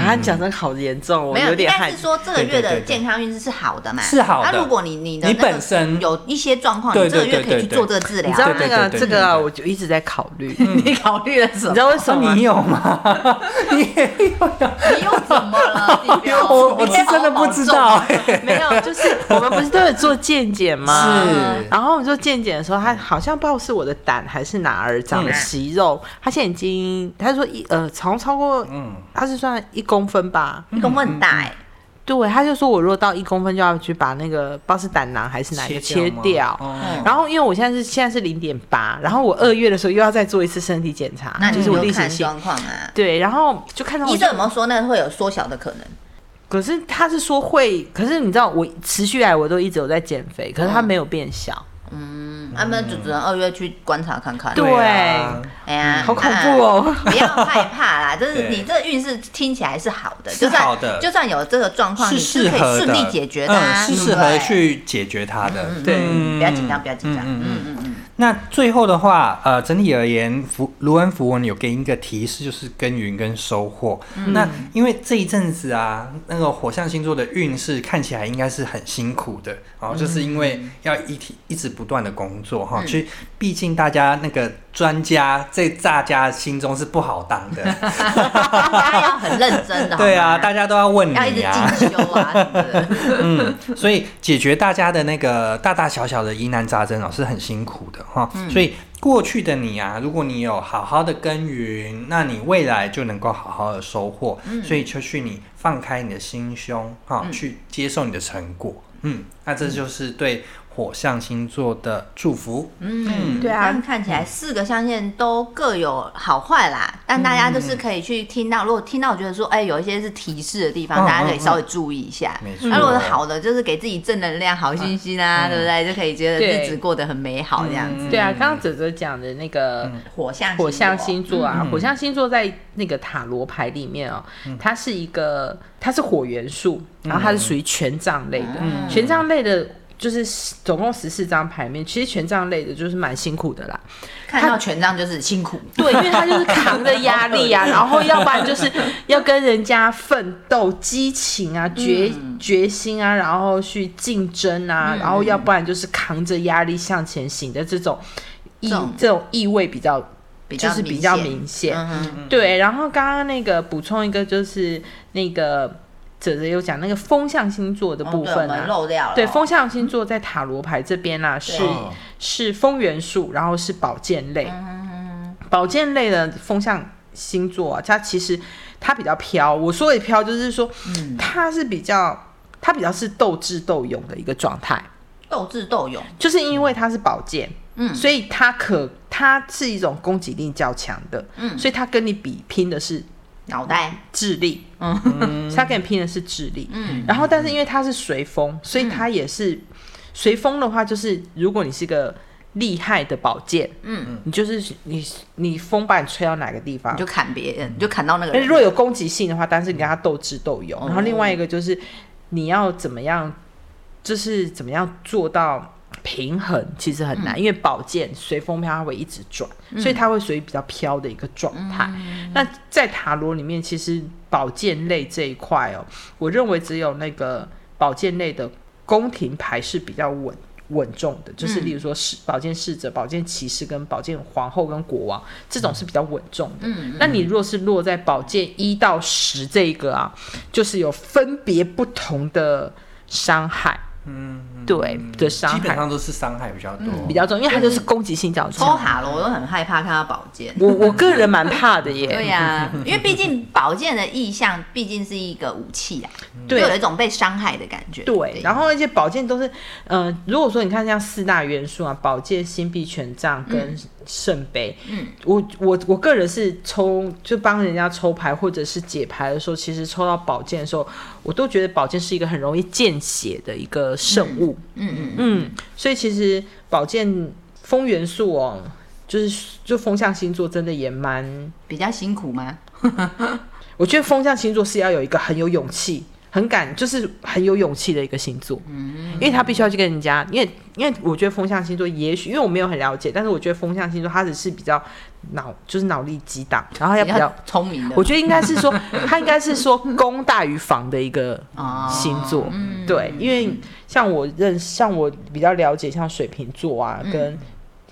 啊，讲的好严重哦，我
没有，应
点
该
害
是说这个月
对对对
的
对
健康运势是好的嘛？
是好的
那如果你你的
你
那个
本身
有一些状况，
对
你
对
这个月可以
对
去
对
做这个治
你
疗
知。道
对
那
对
个
对
这
对
个，我就一直在考 虑，
你考虑了什
你知？道为什么
那
吗
你？有吗？ 你也有呀？
你又怎么了？你不 要
我我是真的不知道，哎
没有，就是我们不是都有做健检吗？
是
然后我们做健检的时候，他好像不知道是我的胆还是哪儿长
嗯
了息肉，他现在已经他说一呃，好像超过
嗯，
他是算一公分吧？
一公分很大哎，
对，他就说我如果到一公分就要去把那个不知道是胆囊还是哪一个切
吗
掉。
哦
然后因为我现在是现在是零点八，然后我二月的时候又要再做一次身体检查，
那
就
你
是我例
就
行
看
性。
状况啊。
对，然后就看到啊我
医
就
生有没有说那会有缩小的可能？
可是他是说会，可是你知道我持续来我都一直有在减肥，可是他
嗯
没有变小，
嗯，他们就只能二月去观察看看。
对
啊
哎呀，
好恐怖哦！
那！不要害 怕啦，就是
对
你这运势听起来是好的，
是
就算
好的
就算有这个状况，
是
你
适
可以
合的，
顺利解决的啊，
嗯，是
对不
适合
对
去解决它的。
对
嗯不要紧张，不要紧张。
嗯
嗯
嗯
嗯 嗯，
那最后的话，呃，整体而言，符卢恩符文有给一个提示，就是耕耘跟收获。
嗯
那因为这一阵子啊，那个火象星座的运势看起来应该是很辛苦的
嗯
哦，就是因为要一体一直不断的工作哈、去，毕竟大家那个专家在大家心中是不好当 的，
大家要很认真的。
对啊，
好吗
大家都要问你
要一直
啊，
进修 啊什么的。
嗯，所以解决大家的那个大大小小的疑难杂症哦，是很辛苦的哈、
嗯
所以过去的你啊，如果你有好好的耕耘，那你未来就能够好好的收获。
嗯
所以就去你放开你的心胸哈、去接受你的成果。嗯，那这就是对火象星座的祝福。
嗯，
对啊
但看起来四个象限都各有好坏啦，但大家就是可以去听
嗯
到，如果听到觉得说，哎，有一些是提示的地
嗯
方，大家可
嗯
以稍微注意一下
嗯
没。错
那如果是好的，就是给自己正能量、好信心啊，对不对？就可以觉得
对
日子过得很美好这样子。
对啊，刚刚哲哲讲的那个
火象
火象星
星
座啊，火象星座在那个塔罗牌里面哦，它是一个它是火元素，然后它是属于权杖类的，权杖类的。就是总共十四张牌面，其实权杖类的就是蛮辛苦的啦。
看到权杖就是辛苦，
对，因为他就是扛着压力 啊，然后要不然就是要跟人家奋斗、激情啊、决、
嗯
决心啊，然后去竞争啊，然后要不然就是扛着压力向前行的这种意
这种
这种意味比较
比较
就是比较
显
明显。
嗯哼，
对，然后刚刚那个补充一个就是那个哲哲有讲那个风象星座的
哦
部
对我
分
们
啊。
漏掉了哦。
对，风象星座在塔罗牌这边啦、是
哦
是风元素，然后是宝剑类。
嗯，
保健类的风象星座啊，它其实它比较飘。我说的飘，就是说，
嗯
它是比较，它比较是斗智斗勇的一个状态，
斗智斗勇，
就是因为它是保健，
嗯
所以它可它是一种攻击力较强的，
嗯
所以它跟你比拼的是
脑袋，
智力，嗯，它跟你拼的是智力，
嗯，
然后但是因为它是随风，所以它也是随风的话，就是如果你是个厉害的宝剑，
嗯，
你就是你你风把你吹到哪个地方
你就，砍别人，你就砍到那个
但
人。
是如果有攻击性的话，但是你跟他斗智斗勇。然后另外一个就是你要怎么样，就是怎么样做到平衡，其实很难，因为宝剑随风飘，它会一直转，所以它会属于比较飘的一个状态。那在塔罗里面，其实宝剑类这一块哦，我认为只有那个宝剑类的宫廷牌是比较稳。稳重的，就是例如说是宝剑侍者、宝剑骑士跟宝剑皇后跟国王这种是比较稳重的。
嗯
那你若是落在宝剑一到十这一个啊，就是有分别不同的伤害，
嗯，
对的
基
伤
本
害嗯
上都是伤害比较多，
比较重，因为它就是攻击性较
抽
强。
塔罗我都很害怕看到宝剑。
我我个人蛮怕的耶，
对呀、 因为毕竟宝剑的意象毕竟是一个武器啊，
对
就有一种被伤害的感觉。
对，然后而且宝剑都是，呃，如果说你看像四大元素啊，宝剑、星币、权杖跟圣杯，
嗯，
我我我个人是抽就帮人家抽牌或者是解牌的时候，其实抽到宝剑的时候，我都觉得宝剑是一个很容易见血的一个圣物，
嗯嗯嗯，
嗯，所以其实宝剑风元素哦，就是就风象星座真的也蛮，
比较辛苦吗？
我觉得风象星座是要有一个很有勇气、很敢，就是很有勇气的一个星座，因为他必须要去跟人家，因为因为我觉得风象星座也许因为我没有很了解，但是我觉得风象星座他只是比较脑就是脑力激荡，然后哎 要比较，
聪明的，
我觉得应该是说他应该是说攻大于防的一个
哦
星座，
嗯
对，因为像我认像我比较了解像水瓶座啊，
嗯
跟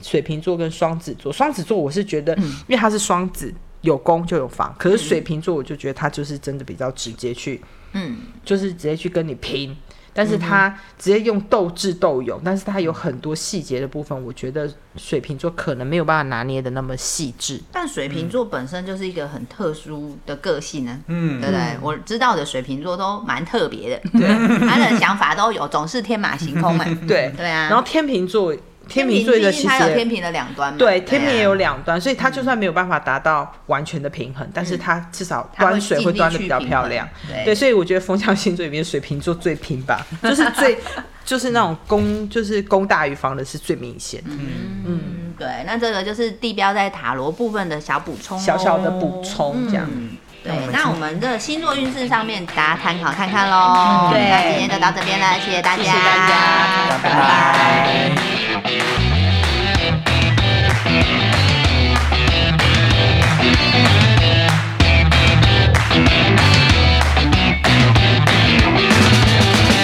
水瓶座跟双子座，双子座我是觉
嗯
得，因为他是双子，有攻就有防，可是水瓶座我就觉得他就是真的比较直接去，
嗯，
就是直接去跟你拼。但是他直接用斗智斗勇，但是他有很多细节的部分，我觉得水瓶座可能没有办法拿捏的那么细致。
但水瓶座本身就是一个很特殊的个性呢、
嗯
对不对？我知道的水瓶座都蛮特别的，对， 他的想法都有，总是天马行 空嘛。
对
对啊，
然后天秤座，天秤
平
座的
毕
细
竟它有
节
天平的两端嘛，
对，天
啊
平也有两端，所以它就算没有办法达到完全的平衡，但是它至少
它
端水
嗯啊尽
会
力
端的
去
比较
平
漂
衡
亮。
对，
对，所以我觉得风象星座里面水瓶座最平吧，就是最 就是那种攻就是攻大于防的是最明显的
嗯，对，那这个就是地标在塔罗部分的小补充、哦，
小小的补充这样。
嗯对
那我，们
那我们的星座运势上面大家参考看看喽。
对
那今天就到这边了，谢谢大家，
谢谢大家拜
拜
拜